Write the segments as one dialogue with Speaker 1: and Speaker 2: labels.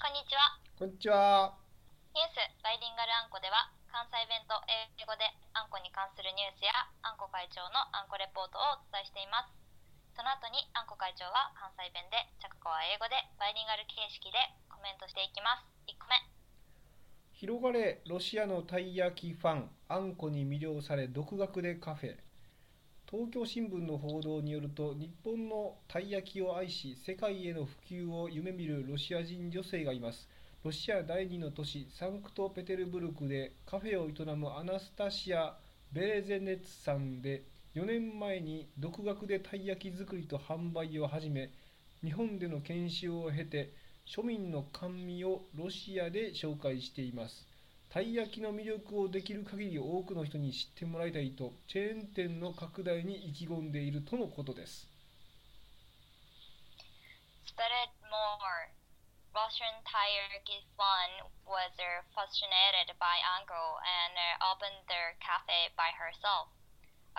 Speaker 1: こんにちは。
Speaker 2: こんにちは。
Speaker 1: ニュースバイリンガルあんこでは関西弁と英語であんこに関するニュースやあんこ会長のあんこレポートをお伝えしていますその後にあんこ会長は関西弁で着子は英語でバイリンガル形式でコメントしていきます1個目
Speaker 2: 広がれロシアのたい焼きファン、あんこに魅了され独学でカフェ。東京新聞の報道によると、日本のたい焼きを愛し、世界への普及を夢見るロシア人女性がいます。ロシア第二の都市サンクトペテルブルクでカフェを営むアナスタシア・ベレゼネツさんで4年前に独学でたい焼き作りと販売を始め日本での研修を経て庶民の甘味をロシアで紹介していますたい焼きの魅力をできる限り多くの人に知ってもらいたいとチェーン店の拡大に意気込んでいるとのことです
Speaker 1: Studied more Russian tire Gifan was uh, fascinated by Anko and uh, opened their cafe by herself.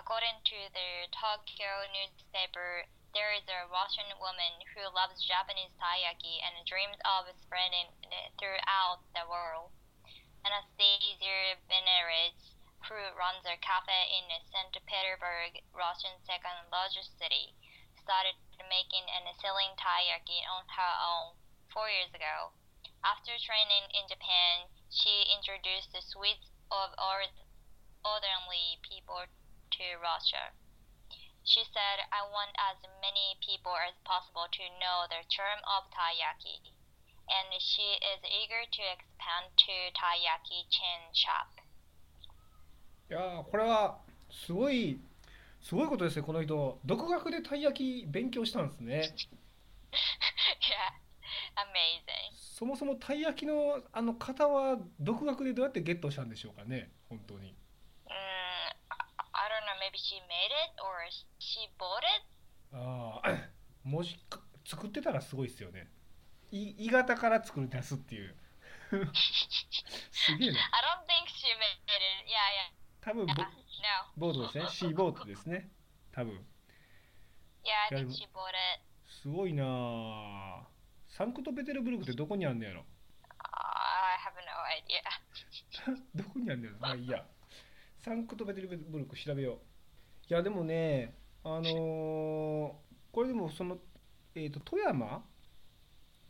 Speaker 1: According to the Tokyo newspaper, there is a Russian woman who loves Japanese taiyaki and dreams of spreading it throughout the world. Anastasia Benerich, who runs a cafe in St. Petersburg, Russia's second largest city, started making and selling taiyaki on her own four years ago. After training in Japan, she introduced the sweets of ord- ordinary people to Russia. She said, I want as many people as possible to know the charm of taiyaki, and she is eager to expand to taiyaki chain shop.
Speaker 2: いやーこれはすごいすごいことですねこの人独学でたい焼き勉強したんですね
Speaker 1: yeah, amazing.
Speaker 2: そもそもたい焼きのあの型は独学でどうやってゲットしたんでしょうかね本当に
Speaker 1: Mm, I- I don't know, maybe she made it or she bought it?
Speaker 2: ああ もしか作ってたらすごいですよねい鋳型から作り出すっていうすげえな
Speaker 1: I don't think she made it. Yeah, yeah.
Speaker 2: 多分ボ
Speaker 1: yeah. No.
Speaker 2: ボートですねシーボートですね多分
Speaker 1: Yeah, I
Speaker 2: Yeah,
Speaker 1: think she
Speaker 2: you-
Speaker 1: bought it.
Speaker 2: すごいなあサンクトペテルブルクってどこにあんのやろ
Speaker 1: Uh, I have no idea.
Speaker 2: どこにあるんだよ。まあいいや。サンクトペテルブルク調べよう。いやでもね、あのーこれでもその、えー、と富山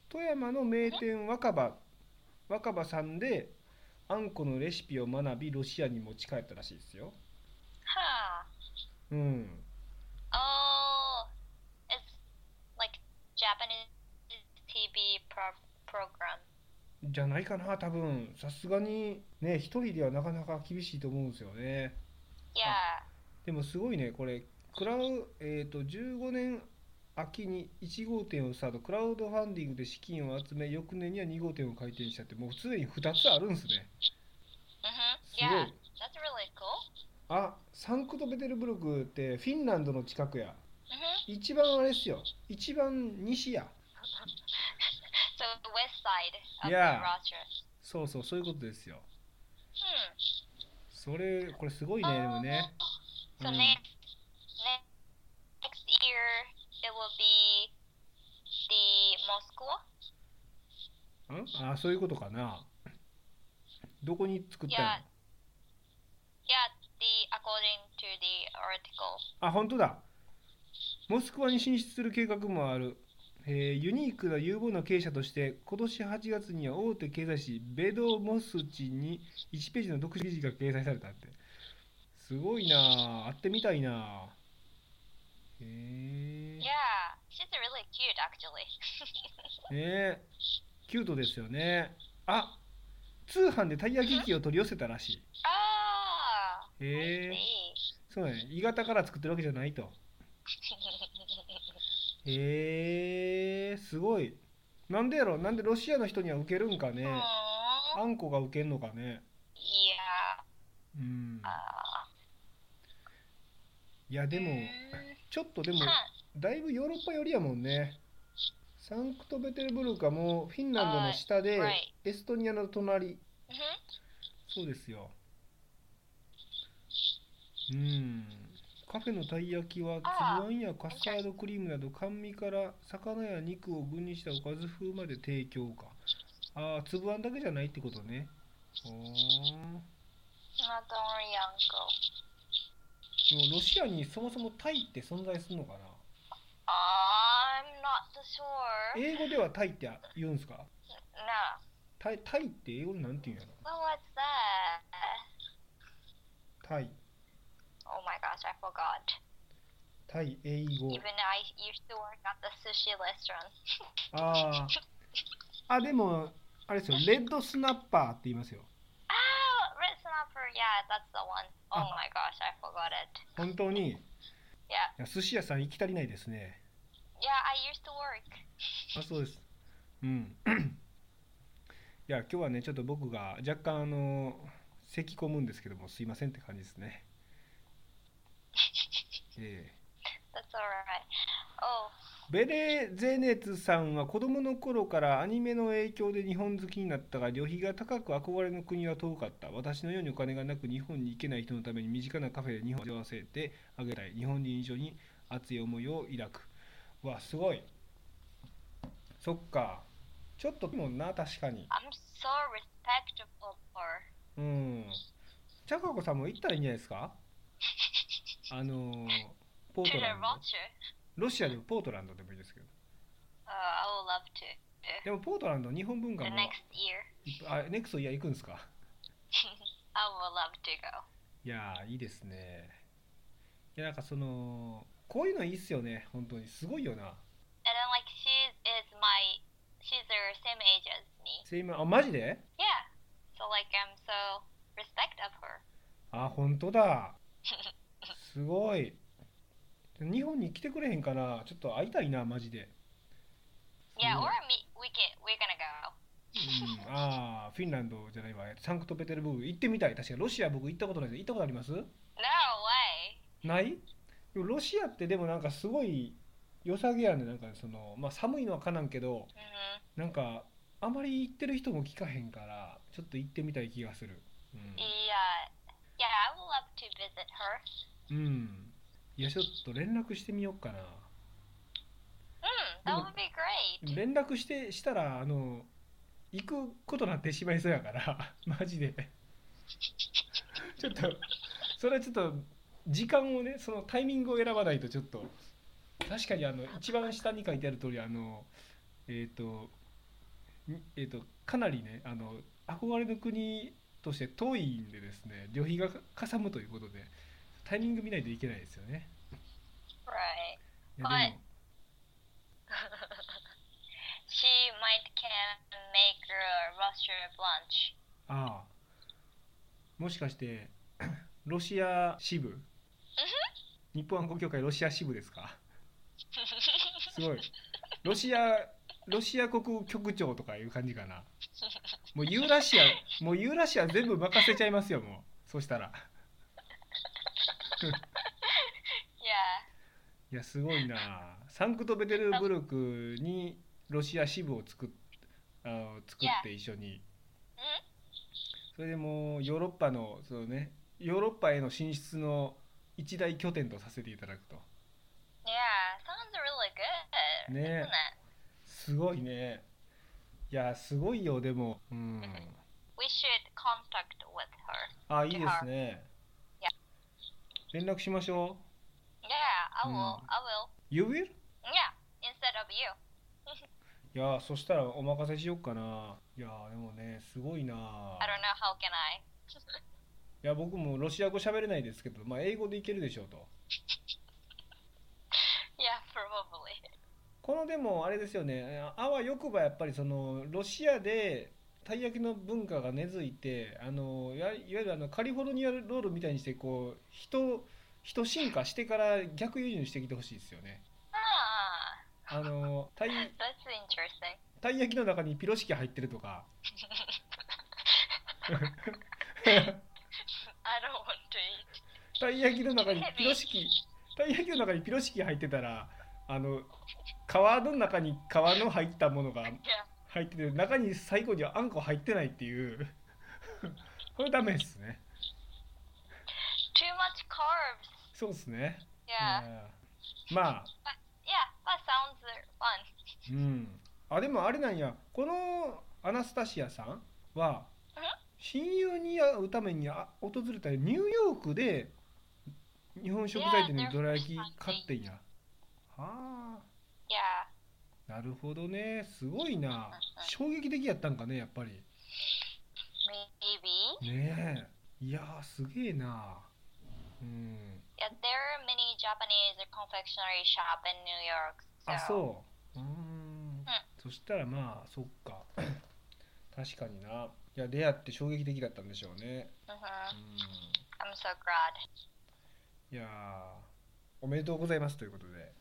Speaker 2: 富山の名店若葉若葉さんであんこのレシピを学びロシアに持ち帰ったらしいですよ。
Speaker 1: Huh.
Speaker 2: うん。
Speaker 1: Oh, it's like Japanese TV pro- program.
Speaker 2: じゃないかな多分さすがにね一人ではなかなか厳しいと思うんですよね。
Speaker 1: Yeah.
Speaker 2: でもすごいね、これ、クラウ、えー、と15年秋に1号店をスタート、クラウドファンディングで資金を集め、翌年には2号店を開店したって、もうすでに2つあるんですね。
Speaker 1: Mhm.
Speaker 2: すご
Speaker 1: Yeah. That's
Speaker 2: い。
Speaker 1: really cool.
Speaker 2: あ、サンクトペテルブルクってフィンランドの近くや。
Speaker 1: Mhm.
Speaker 2: 一番あれっすよ。一番西や。
Speaker 1: So the west side of
Speaker 2: Yeah.
Speaker 1: Russia.
Speaker 2: そうそう、そういうことですよ。
Speaker 1: Hmm.
Speaker 2: それ、これすごいね、でもね。
Speaker 1: So
Speaker 2: うん
Speaker 1: next, next next year it will be the Moscow.
Speaker 2: んあ、そういうことかな。どこに作ったの
Speaker 1: Yeah. Yeah, the according to the article.
Speaker 2: あ、本当だ。モスクワに進出する計画もある。えーユニークな有望な経営者として、今年8月には大手経済誌、ベドモスチに1ページの独自記事が掲載されたって。すごいなあ会ってみたいなあへえ。ね
Speaker 1: Yeah, she's really cute actually.
Speaker 2: えキュートですよね。あ通販でたい焼き器を取り寄せたらし
Speaker 1: ah,
Speaker 2: い。へ
Speaker 1: I
Speaker 2: え。
Speaker 1: see.
Speaker 2: そうだね。鋳型から作ってるわけじゃないと。へえすごいなんでやろなんでロシアの人には受けるんかね
Speaker 1: Aw,
Speaker 2: あんこが受けんのかね
Speaker 1: yeah.
Speaker 2: うん
Speaker 1: Uh,
Speaker 2: いやでも
Speaker 1: mm,
Speaker 2: ちょっとでも
Speaker 1: huh.
Speaker 2: だいぶヨーロッパ寄りやもんねサンクトペテルブルクはもうフィンランドの下で
Speaker 1: Right.
Speaker 2: エストニアの隣
Speaker 1: Mhm.
Speaker 2: そうですようんカフェのたい焼きはつ
Speaker 1: あー
Speaker 2: ぶあんやカスタードクリームなど甘味から魚や肉を具にしたおかず風まで提供かああ、粒あんだけじゃないってことね。おーも
Speaker 1: No, don't worry, uncle.
Speaker 2: うロシアにそもそもタイって存在するのかな
Speaker 1: I'm not so sure.
Speaker 2: 英語ではタイって言うんですか
Speaker 1: No.
Speaker 2: タイタイって英語でなんて言うんやろ
Speaker 1: Well, what's that?
Speaker 2: タイ、
Speaker 1: Oh my gosh, I forgot.
Speaker 2: タイ、英語。
Speaker 1: Even I used to work at the sushi restaurant.
Speaker 2: ああ。あ、でも、あれですよ、レッドスナッパーって言いますよ。
Speaker 1: Oh, red snapper. Yeah, that's the one. Oh
Speaker 2: Ah.
Speaker 1: my gosh, I forgot it.
Speaker 2: 本当に、い
Speaker 1: Yeah.
Speaker 2: や寿司屋さん行き足りないですね。
Speaker 1: Yeah, I used to work.
Speaker 2: あ、そうです。うん。 いや、今日はね、ちょっと僕が若干、あの、咳き込むんですけども、すいませんって感じですね。ええ
Speaker 1: That's alright. Oh,
Speaker 2: ベレゼネツさんは子供の頃からアニメの影響で日本好きになったが旅費が高く憧れの国は遠かった私のようにお金がなく日本に行けない人のために身近なカフェで日本を味わわせてあげたい日本人以上に熱い思いを抱くわすごいそっかちょっとでもな確かに
Speaker 1: I'm so respectable for.
Speaker 2: うんちゃかこさんも行ったらいいんじゃないですかあのーポ
Speaker 1: To
Speaker 2: ート
Speaker 1: the
Speaker 2: ランド
Speaker 1: vulture.
Speaker 2: ロシアでもポートランドでもいいですけど
Speaker 1: Uh, I would love to.
Speaker 2: でもポートランド日本文化
Speaker 1: The
Speaker 2: も
Speaker 1: next year.
Speaker 2: あ、ネクソいや行くんですか
Speaker 1: I would love to go.
Speaker 2: いやーいいですねいやなんかそのこういうのいいっすよね本当にすごいよな
Speaker 1: And then like she is my, she's the same age as me.
Speaker 2: セイマあマジで
Speaker 1: Yeah. So like I'm so respect of her.
Speaker 2: あ本当だすごい日本に来てくれへんかなちょっと会いたいなマジで
Speaker 1: Yeah.
Speaker 2: Mm.
Speaker 1: Or me, we can, we're gonna go.
Speaker 2: うんあーフィンランドじゃないわサンクトペテルブルク行ってみたい確かにロシア僕行ったことないです行ったことあります
Speaker 1: No way.
Speaker 2: ないでもロシアってでもなんかすごい良さげやねなんかその、まあ、寒いのはかなんけど
Speaker 1: hmm
Speaker 2: なんかあまり行ってる人も聞かへんからちょっと行ってみたい気がする
Speaker 1: Yeah. Yeah, I would love to visit her.
Speaker 2: うん、うん、いやちょっと連絡してみようかな
Speaker 1: Hmm. That would
Speaker 2: Mm.
Speaker 1: be
Speaker 2: でも
Speaker 1: great.
Speaker 2: 連絡してしたらあの行くことになってしまいそうやから マジでちょっとそれはちょっと時間をねそのタイミングを選ばないとちょっと確かにあの一番下に書いてある通りあのえっ、とにえっ、とかなりねあの憧れの国として遠いんでですね旅費がかさむということでタイミング見ないといけないですよね。
Speaker 1: Right.
Speaker 2: いやでも
Speaker 1: はい she might can make a Russian lunch.
Speaker 2: ああもしかして ロシア支部日本暗号協会ロシア支部ですかすごいロシアロシア国局長とかいう感じかなもうユーラシアもうユーラシア全部任せちゃいますよもうそしたら
Speaker 1: yeah.
Speaker 2: いやすごいなサンクトペテルブルクにロシア支部を作っあの作って一緒に
Speaker 1: Hmm?
Speaker 2: それでもうヨーロッパのそのねヨーロッパへの進出の一大拠点とさせていただくと
Speaker 1: Yeah. Sounds really good.
Speaker 2: Yeah.
Speaker 1: Isn't it?
Speaker 2: すごいねいやすごいよでもうん。
Speaker 1: We should contact with her.
Speaker 2: あいいですね連絡しましょ
Speaker 1: Yeah, I will.
Speaker 2: Mm.
Speaker 1: I will.
Speaker 2: う You
Speaker 1: Yeah.
Speaker 2: will?
Speaker 1: Instead of you.
Speaker 2: いやそしたらお任せしよっかないやでもねすごいな
Speaker 1: I don't know how can I.
Speaker 2: いや僕もロシア語喋れないですけどまあ英語でいけるでしょうと
Speaker 1: Yeah, probably.
Speaker 2: このでもあれですよねあわよくばやっぱりそのロシアでたい焼きの文化が根付いてあのいわいわゆるあのカリフォルニアロールみたいにしてこう人人進化してから逆輸入してきてほしいですよね
Speaker 1: Ah,
Speaker 2: あのたい
Speaker 1: that's interesting.
Speaker 2: たい焼きの中にピロシキ入ってるとか
Speaker 1: I don't want to eat.
Speaker 2: たい焼きの中にピロシキたい焼きの中にピロシキ入ってたらあの皮の中に皮の入ったものが
Speaker 1: Yeah.
Speaker 2: 入ってて中に最後にはあんこ入ってないっていうこれダメですね
Speaker 1: Too much carbs.
Speaker 2: そうですね Hmm.
Speaker 1: Yeah.
Speaker 2: うんまあ
Speaker 1: Yeah, that sounds uh, fun.
Speaker 2: うんあでもあれなんやこのアナスタシアさんは
Speaker 1: うん
Speaker 2: 親友に会うためにあ訪れたニューヨークで日本食材店にどら焼き買ってんや。はあ
Speaker 1: Yeah.
Speaker 2: なるほどねすごいな衝撃的やったんかねやっぱり
Speaker 1: Maybe.
Speaker 2: ねえいやーすげえなうん
Speaker 1: Yeah, there are many Japanese confectionery shop in New York.
Speaker 2: あ
Speaker 1: So
Speaker 2: そううーんそしたらまあそっか確かにないや出会って衝撃的だったんでしょうね
Speaker 1: hmm
Speaker 2: うん
Speaker 1: I'm so glad.
Speaker 2: いやーおめでとうございますということで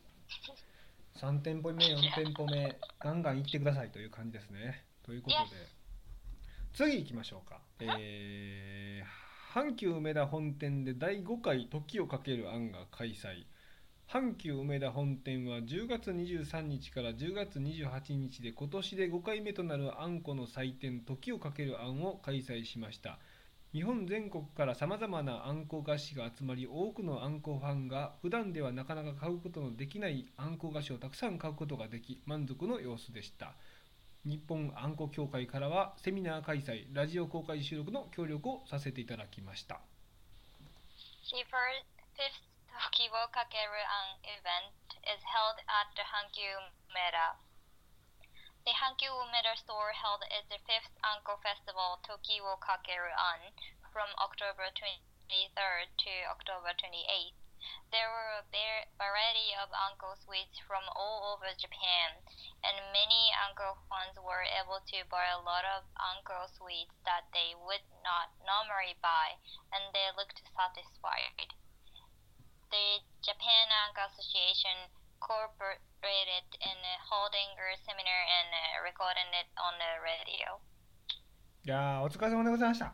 Speaker 2: 3店舗目4店舗目ガンガン行ってくださいという感じですねということで次行きましょうかえー阪急梅田本店で第5回「時をかける案」が開催阪急梅田本店は10月23日から10月28日で今年で5回目となるあんこの祭典「時をかけるあん」を開催しました日本全国からさまざまなあんこ菓子が集まり多くのあんこファンが普段ではなかなか買うことのできないあんこ菓子をたくさん買うことができ満足の様子でした日本あんこ協会からはセミナー開催ラジオ公開収録の協力をさせていただきました
Speaker 1: The fir- fifth Tokiwo Kakeru-an event is held at the Hankyu Umeda. The Hankyu Umeda store held its fifth Anko Festival Tokiwo Kakeru-an from October 23rd to October 28th. There were a var- variety of Anko sweets from all over Japan, and many Anko fans were able to buy a lot of Anko sweets that they would not normally buy and they looked satisfied. The Japan Anka Association cooperated in holding a seminar and uh, recording it on the radio.
Speaker 2: いやーお疲れ様でございました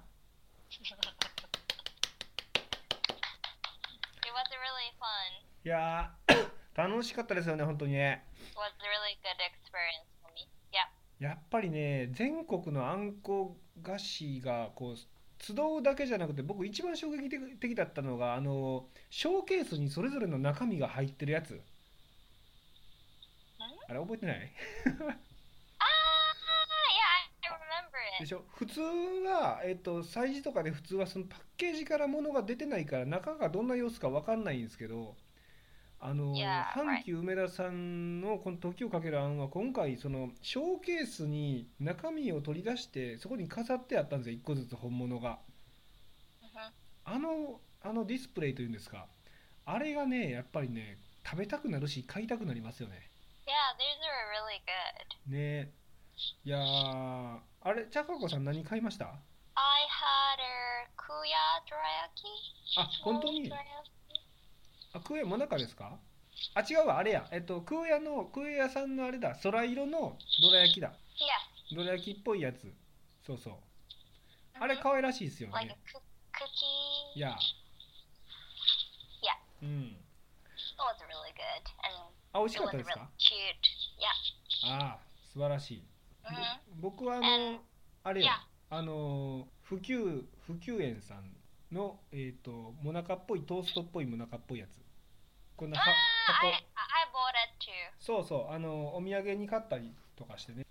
Speaker 1: It was really fun.
Speaker 2: いやー楽しかったですよね本当にね
Speaker 1: It was a really good experience for me. Yeah.
Speaker 2: やっぱりね全国のあんこ菓子がこう集うだけじゃなくて僕一番衝撃的だったのがあのショーケースにそれぞれの中身が入ってるやつあれ覚えてない
Speaker 1: Ah, yeah, I remember
Speaker 2: で
Speaker 1: it.
Speaker 2: しょ普通は、えっと、催事とかで普通はそのパッケージから物が出てないから中がどんな様子か分かんないんですけどあの
Speaker 1: Yeah,
Speaker 2: 阪急梅田さんのこの「時をかける案」は今回そのショーケースに中身を取り出してそこに飾ってあったんですよ1個ずつ本物が。
Speaker 1: hmm
Speaker 2: あのあのディスプレイというんですかあれがねやっぱりね食べたくなるし買いたくなりますよね
Speaker 1: Yeah, these were really good.
Speaker 2: ねいやーあれちゃかこさん何買いました
Speaker 1: I had a kuya dorayaki.
Speaker 2: あ本当に
Speaker 1: Dorayaki.
Speaker 2: あ空屋もなかですかあ違うわあれやえっと空屋の空屋さんのあれだ空色のどら焼きだ
Speaker 1: Yes.
Speaker 2: どら焼きっぽいやつそうそうあれ
Speaker 1: Mhm.
Speaker 2: 可愛らしいですよ
Speaker 1: Like a
Speaker 2: ね
Speaker 1: coo- cookie.
Speaker 2: いや
Speaker 1: いや
Speaker 2: うん
Speaker 1: It was really good and
Speaker 2: あ美味し
Speaker 1: it
Speaker 2: かっ
Speaker 1: was
Speaker 2: たです
Speaker 1: really
Speaker 2: か
Speaker 1: cute. Yeah.
Speaker 2: ああ素晴らしい
Speaker 1: hmm
Speaker 2: ぼ僕はあの
Speaker 1: And
Speaker 2: あれよ
Speaker 1: いや
Speaker 2: あのー普及普及園さんのえっ、ともなかっぽいトーストっぽいもなかっぽいやつこんなは
Speaker 1: I,
Speaker 2: 箱
Speaker 1: I bought it too.
Speaker 2: そうそうあのーお土産に買ったりとかしてね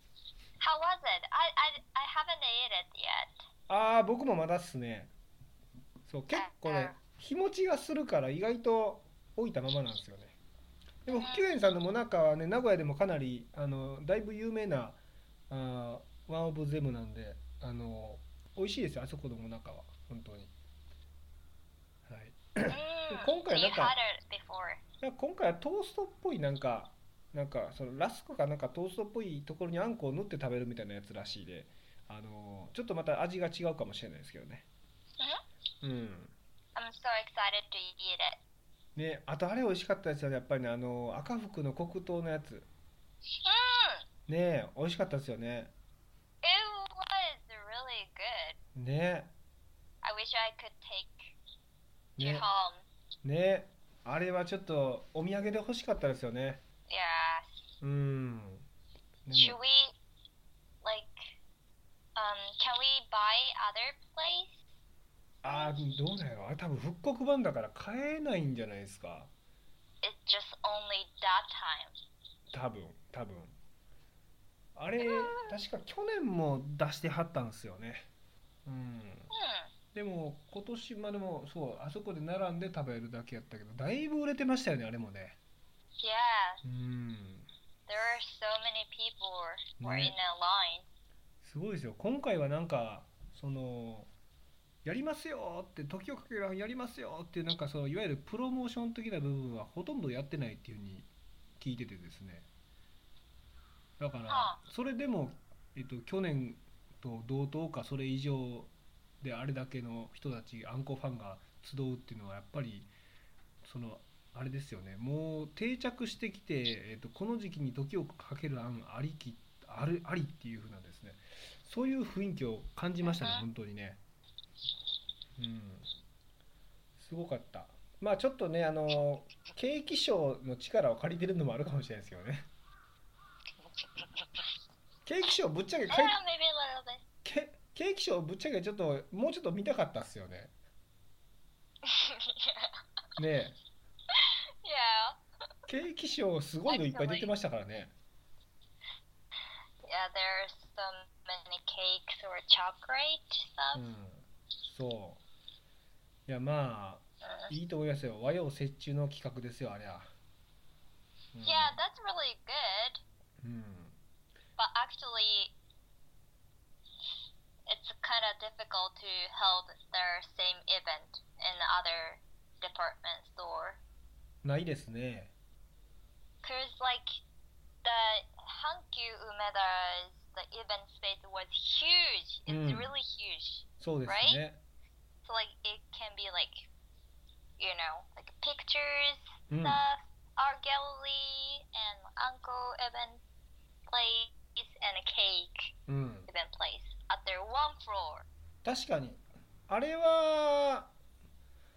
Speaker 1: How was it? I, I, I haven't ate it yet.
Speaker 2: ああ僕もまだっすねそう結構
Speaker 1: うん
Speaker 2: ね日持ちがするから意外と置いたままなんですよねでも普及園さんのもなかはね名古屋でもかなりあのだいぶ有名なあーワンオブゼムなんであの美味しいですよあそこのもなかは本当にはい
Speaker 1: Mm.
Speaker 2: 今回
Speaker 1: So you
Speaker 2: なんか-
Speaker 1: had it before.
Speaker 2: なんか今回はトーストっぽいなんかなんかそのラスクかなんかトーストっぽいところにあんこを塗って食べるみたいなやつらしいで、あのーちょっとまた味が違うかもしれないですけどねうん、
Speaker 1: I'm so excited to eat it.
Speaker 2: ねあとあれ美味しかったですよねやっぱりねあのー赤福の黒糖のやつ
Speaker 1: Mm.
Speaker 2: ね美味しかったですよね
Speaker 1: It was really good.
Speaker 2: ね
Speaker 1: I wish I could take you
Speaker 2: ね
Speaker 1: home.
Speaker 2: ねあれはちょっとお土産で欲しかったですよね
Speaker 1: Yes.
Speaker 2: うんで
Speaker 1: Should
Speaker 2: も
Speaker 1: we, like, um, can we buy other place?
Speaker 2: ああどうなんやろあれ多分復刻版だから買えないんじゃないですか
Speaker 1: It's just only that time.
Speaker 2: 多分多分あれ確か去年も出してはったんですよねうん
Speaker 1: Hmm.
Speaker 2: でも今年まあでもそうあそこで並んで食べるだけやったけどだいぶ売れてましたよねあれもね
Speaker 1: Yes,
Speaker 2: うん
Speaker 1: there are so many people were
Speaker 2: Yeah.
Speaker 1: in a line.
Speaker 2: すごいですよ今回はなんかそのやりますよって時をかけるやりますよっていうなんかそのいわゆるプロモーション的な部分はほとんどやってないっていうふうに聞いててですねだから
Speaker 1: あ
Speaker 2: それでも、えっと、去年と同等かそれ以上であれだけの人たちあんこファンが集うっていうのはやっぱりそのあれですよねもう定着してきて、えっと、この時期に時をかける案ありきあるありっていう風なんですねそういう雰囲気を感じましたね
Speaker 1: うん
Speaker 2: 本当にねうんすごかったまあちょっとねあの景気賞の力を借りてるのもあるかもしれないですけど ね景気賞ぶっちゃけ
Speaker 1: Yeah,
Speaker 2: か
Speaker 1: maybe
Speaker 2: い
Speaker 1: a little bit.
Speaker 2: け景気賞ぶっちゃけちょっともうちょっと見たかったっすよね
Speaker 1: yeah.
Speaker 2: ねえ
Speaker 1: yeah.
Speaker 2: 景気賞すごいのいっぱい出てましたからね
Speaker 1: Yeah, there's some many cakes or chocolate stuff.
Speaker 2: うんそういやまあいいと思いますよ和洋折衷の企画ですよあれは、うん
Speaker 1: Yeah, that's really good.
Speaker 2: うん、
Speaker 1: But actually, it's kind of difficult to hold their same event in other department store.
Speaker 2: ないですね
Speaker 1: Cause like the Hankyu Umeda's the event space was huge. It's
Speaker 2: Mm.
Speaker 1: really huge.
Speaker 2: そうですね、
Speaker 1: So like it can be like, you know, like pictures
Speaker 2: うん、
Speaker 1: stuff, art gallery and uncle event place and a cake
Speaker 2: うん、
Speaker 1: event place at their one floor.
Speaker 2: 確かにあれは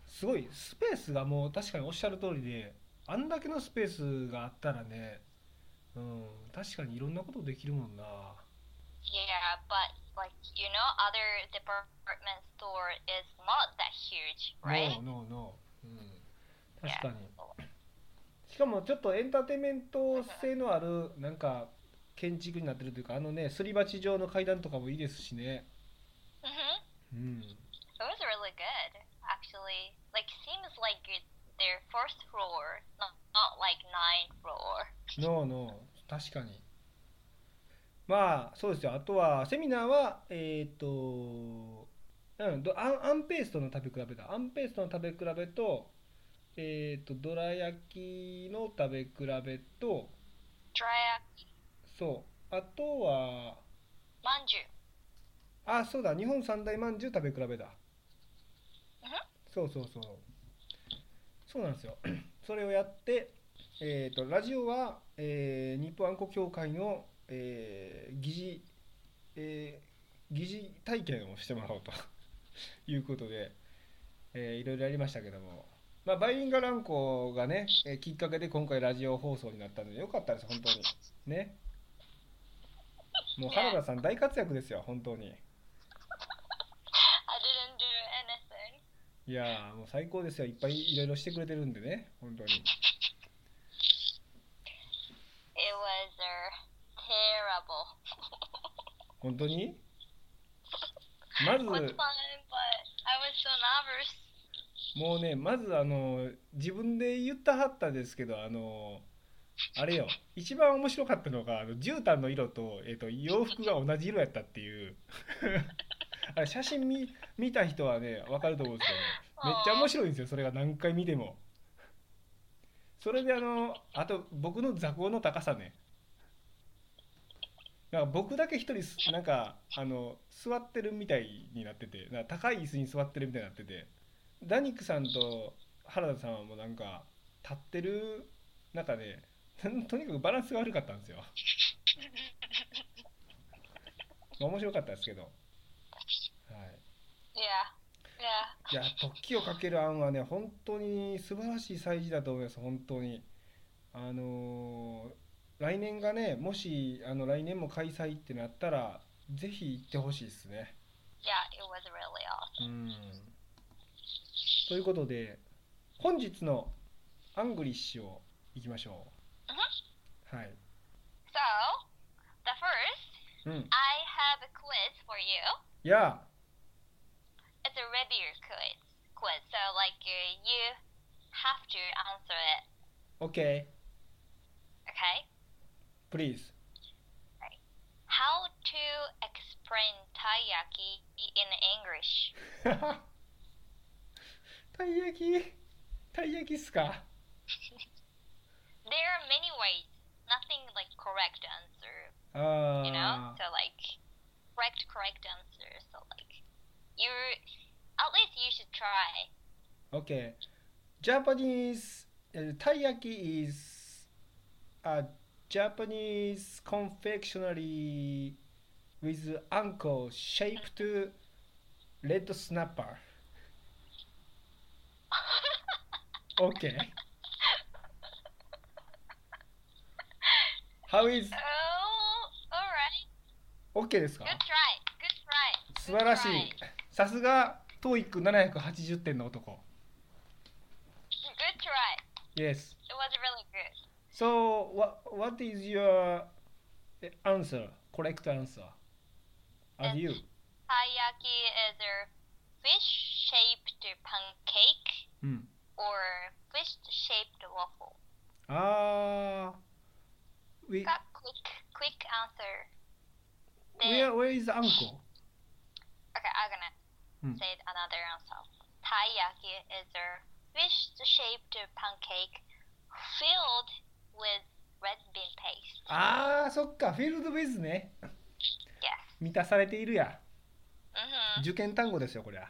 Speaker 2: すごいスペースがもう確かにおっしゃる通りであんだけのスペースがあったらね、うん、確かにいろんなことできるもんな
Speaker 1: Yeah, but like you know, other department store is not that huge, right?
Speaker 2: ノーノーノーうん、確かにしかもちょっとエンターテインメント性のあるなんか建築になってるというかあのねすり鉢状の階段とかもいいですしね
Speaker 1: hmm
Speaker 2: うん
Speaker 1: It was really good, actually. Like seems like it- their first floor, not not like ninth floor.
Speaker 2: ノーノー確かにまあそうですよあとはセミナーはえっ、とうんどアンアンペーストの食べ比べだアンペーストの食べ比べとえっ、とどら焼きの食べ比べと
Speaker 1: Dry
Speaker 2: そうあとは
Speaker 1: manju.
Speaker 2: あ、そうだ、日本三大まんじゅう食べ比べだ
Speaker 1: うん。
Speaker 2: そうそうそう。そうなんですよ。 それをやって、えーと、ラジオは、えー日本あんこ協会の、えー疑似、えー疑似体験をしてもらおうと いうことで、えーいろいろやりましたけども、まあ、バイリンガルあんこがね、えーきっかけで今回ラジオ放送になったので、よかったです、本当に。ね。もう原田さん大活躍ですよ、本当に。
Speaker 1: I didn't do anything.
Speaker 2: いやーもう最高ですよいっぱいいろいろしてくれてるんでね本当に
Speaker 1: It was uh, terrible.
Speaker 2: 本当にま
Speaker 1: was
Speaker 2: ず
Speaker 1: fun, but I was so nervous.
Speaker 2: もうねまずあの自分で言ったはったですけどあのあれよ一番面白かったのがあの絨毯の色と,、えっと洋服が同じ色やったっていう あれ写真見見た人はね分かると思うんですけどねめっちゃ面白いんですよそれが何回見てもそれであのあと僕の座高の高さねなんか僕だけ一人すなんかあの座ってるみたいになっててなんか高い椅子に座ってるみたいになっててダニックさんと原田さんはもうなんか立ってる中で とにかくバランスが悪かったんですよまあ面白かったですけど、はい、
Speaker 1: Yeah, yeah.
Speaker 2: いや時をかける案はね本当に素晴らしい祭事だと思います本当にあのー来年がねもしあの来年も開催ってなったらぜひ行ってほしいですね
Speaker 1: Yeah, it was really awesome.
Speaker 2: うんということで本日のアングリッシュをいきましょうはい
Speaker 1: So, the first
Speaker 2: うん。
Speaker 1: I have a quiz for you.
Speaker 2: や
Speaker 1: It's a review quiz. Quiz. So like uh, you have to answer it.
Speaker 2: あ、OK、
Speaker 1: Okay.
Speaker 2: please。
Speaker 1: How to explain taiyaki in English?
Speaker 2: たい焼き、たい焼きっすか
Speaker 1: There are many ways. Nothing like correct answer.
Speaker 2: ああ。
Speaker 1: You know. So like correct correct answer. So like you at least you should try.
Speaker 2: Okay. Japanese uh, taiyaki is a Japanese confectionery with anko shaped red snapper. Okay. How is
Speaker 1: Oh, all right.
Speaker 2: OK ですか
Speaker 1: Good try. Good try.
Speaker 2: 素
Speaker 1: Good
Speaker 2: 晴らし
Speaker 1: try.
Speaker 2: い。さすが TOEIC780 点の男。
Speaker 1: Good try.
Speaker 2: Yes.
Speaker 1: It was really good.
Speaker 2: So what what is your eh, answer? Correct answer? Are
Speaker 1: Yes.
Speaker 2: you?
Speaker 1: Taiyaki is a fish-shaped pancake
Speaker 2: うん。
Speaker 1: or fish-shaped waffle.
Speaker 2: ああ。We
Speaker 1: Got quick, quick answer.
Speaker 2: where
Speaker 1: Then,
Speaker 2: where is the uncle?
Speaker 1: okay, I'm gonna
Speaker 2: Hmm.
Speaker 1: say another answer. Taiyaki is a fish-shaped pancake filled with red bean paste.
Speaker 2: ああ、そっか。フィールドウィズね。
Speaker 1: Yes.
Speaker 2: 満たされているや。
Speaker 1: Mm-hmm.
Speaker 2: 受験単語ですよこれは。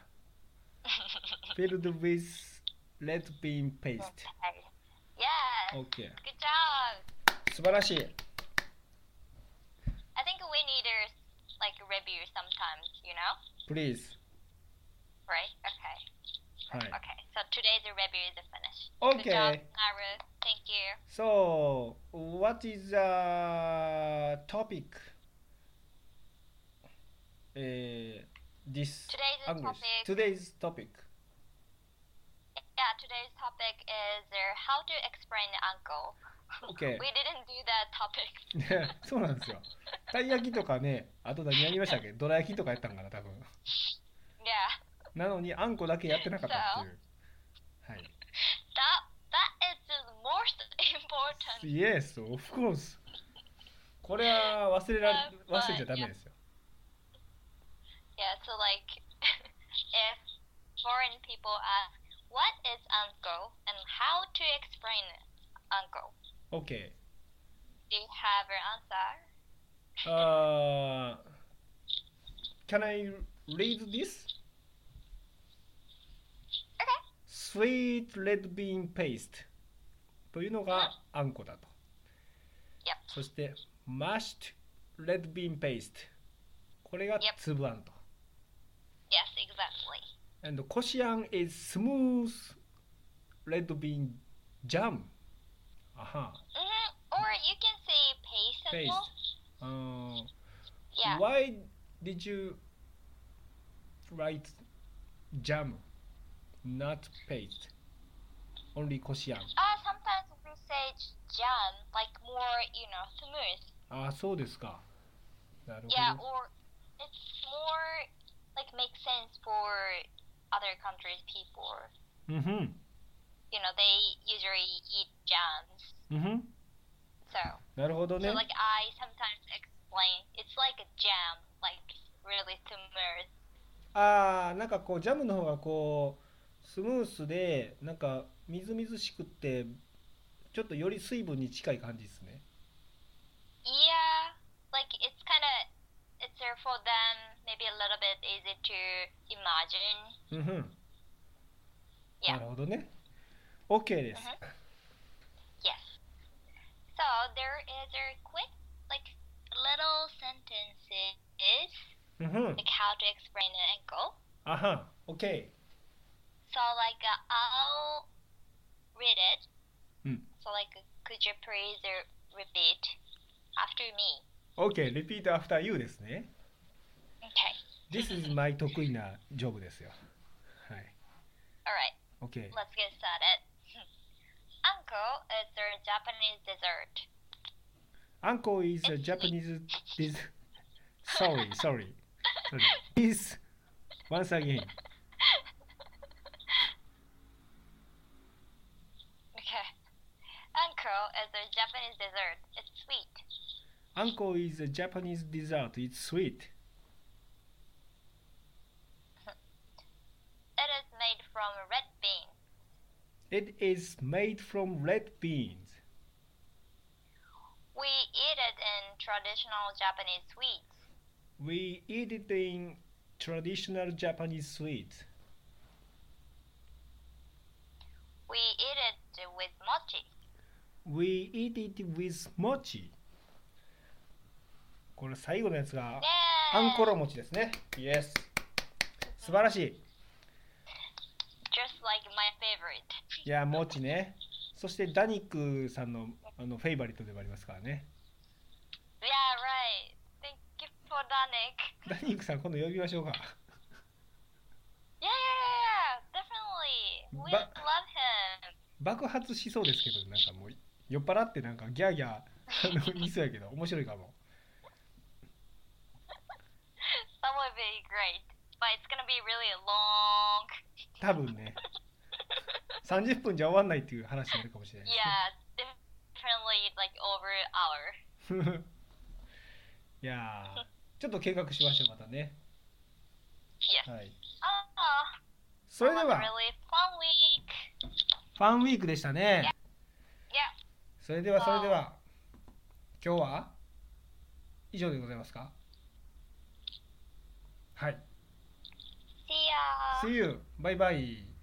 Speaker 2: フィールドウィズレッドビーンペース
Speaker 1: yes.
Speaker 2: ト。OK。
Speaker 1: Good job.
Speaker 2: 素晴らしい。
Speaker 1: I think we need a like review sometimes. You know,
Speaker 2: Please。
Speaker 1: right? Okay.
Speaker 2: はい。
Speaker 1: Okay, so today's review is finished.
Speaker 2: Okay.
Speaker 1: Good job, Naru. Thank you.
Speaker 2: So, what is the topic? Uh, this
Speaker 1: Today's
Speaker 2: English.
Speaker 1: topic.
Speaker 2: Today's topic.
Speaker 1: Yeah, today's topic is uh, how to explain uncle.
Speaker 2: Okay.
Speaker 1: We didn't do that topic.
Speaker 2: そうなんですよ。たい焼きとかね、あと何やりましたっけどら焼きとかやったんかな、多分。
Speaker 1: Yeah,
Speaker 2: なのに、あんこだけやってなかったっていう。はい。
Speaker 1: that that is the most important.
Speaker 2: Yes, of course. これは忘れられ
Speaker 1: Uh,
Speaker 2: 忘れちゃダメですよ。
Speaker 1: Yeah, so like, if foreign people ask what is uncle and how to explain uncle,
Speaker 2: OK。
Speaker 1: do you have an answer?
Speaker 2: Uh, can I read this?
Speaker 1: Okay.
Speaker 2: Sweet red bean paste というのがあんこだと。
Speaker 1: Yep.
Speaker 2: そして mashed red bean paste これが
Speaker 1: Yep.
Speaker 2: 粒あんと。
Speaker 1: Yes, exactly.
Speaker 2: And こしあん is smooth red bean jam. あは。
Speaker 1: hmm Or you can say paste as
Speaker 2: paste.
Speaker 1: well.
Speaker 2: うーん
Speaker 1: Yeah.
Speaker 2: Why did you write jam, not paste? Only こしあん。
Speaker 1: Uh, sometimes we say j- jam, like more, you know, smooth.
Speaker 2: ああ、そうですか。なる
Speaker 1: Yeah,
Speaker 2: ほど。
Speaker 1: or it's more, like, makes sense for other countries' people.
Speaker 2: うんふん。
Speaker 1: You know, they usually eat jams.
Speaker 2: うんふん。
Speaker 1: So,
Speaker 2: なるほど
Speaker 1: so
Speaker 2: ね。
Speaker 1: like, I sometimes explain, it's like a jam, like, really smooth.
Speaker 2: ああ、なんかこう、ジャムの方がこう、スムースで、なんかみずみずしくって、ちょっとより水分に近い感じですね。
Speaker 1: Yeah, like, it's kind of, it's uh, for them maybe a little bit easy to imagine.
Speaker 2: うんふん。
Speaker 1: Yeah.
Speaker 2: なるほどね。OK です。
Speaker 1: Yes. So there is a quick, like, little sentences
Speaker 2: うんふん。
Speaker 1: like how to explain an ankle.
Speaker 2: あは。OK。
Speaker 1: So like uh, I'll read it.
Speaker 2: Hmm.
Speaker 1: So like, could you please uh, repeat after me?
Speaker 2: OK、repeat after you ですね。
Speaker 1: Okay.
Speaker 2: This is my 得意なジョブですよ。はい。
Speaker 1: All right.
Speaker 2: OK。
Speaker 1: Let's get started. Hmm. Uncle is a Japanese dessert.
Speaker 2: あんこ is a Japanese dis Sorry, sorry. sorry. Please, once again.
Speaker 1: Okay. Anko is a Japanese dessert. It's sweet.
Speaker 2: Anko is a Japanese dessert. It's sweet.
Speaker 1: It is made from red bean.
Speaker 2: It is made from red beans.
Speaker 1: We eat it in traditional Japanese sweets.
Speaker 2: We eat it in traditional Japanese sweets.
Speaker 1: We eat it with mochi.
Speaker 2: We eat it with mochi. これ最後のやつが
Speaker 1: Yay!
Speaker 2: アンコロ餅ですね。Yes。素晴らしい。
Speaker 1: Just like my favorite.
Speaker 2: いや、餅ね。そしてダニックさんのあのフェイバリットでもありますからね。
Speaker 1: Yeah, right. Thank you for that, Nick.
Speaker 2: ダニックさん、今度呼びましょうか。
Speaker 1: Yeah, yeah, yeah, yeah. Definitely. We love
Speaker 2: But-
Speaker 1: him.
Speaker 2: 爆発しそうですけど、なんかもう酔っ払ってなんかギャーギャーあの言いそうやけど、面白いかも。
Speaker 1: That would be great. But it's gonna be really long.
Speaker 2: 多分ね。30分じゃ終わんないっていう話になるかもしれない。
Speaker 1: Yeah, definitely like over an hour.
Speaker 2: いやーちょっと計画しましょう、またね。
Speaker 1: Yes.
Speaker 2: はい。
Speaker 1: Oh,
Speaker 2: それで
Speaker 1: that was
Speaker 2: は、
Speaker 1: really fun week.
Speaker 2: ファンウィークでしたね。
Speaker 1: Yeah.
Speaker 2: それでは、それでは、今日は以上でございますかはい。
Speaker 1: See ya.
Speaker 2: See you! バイバイ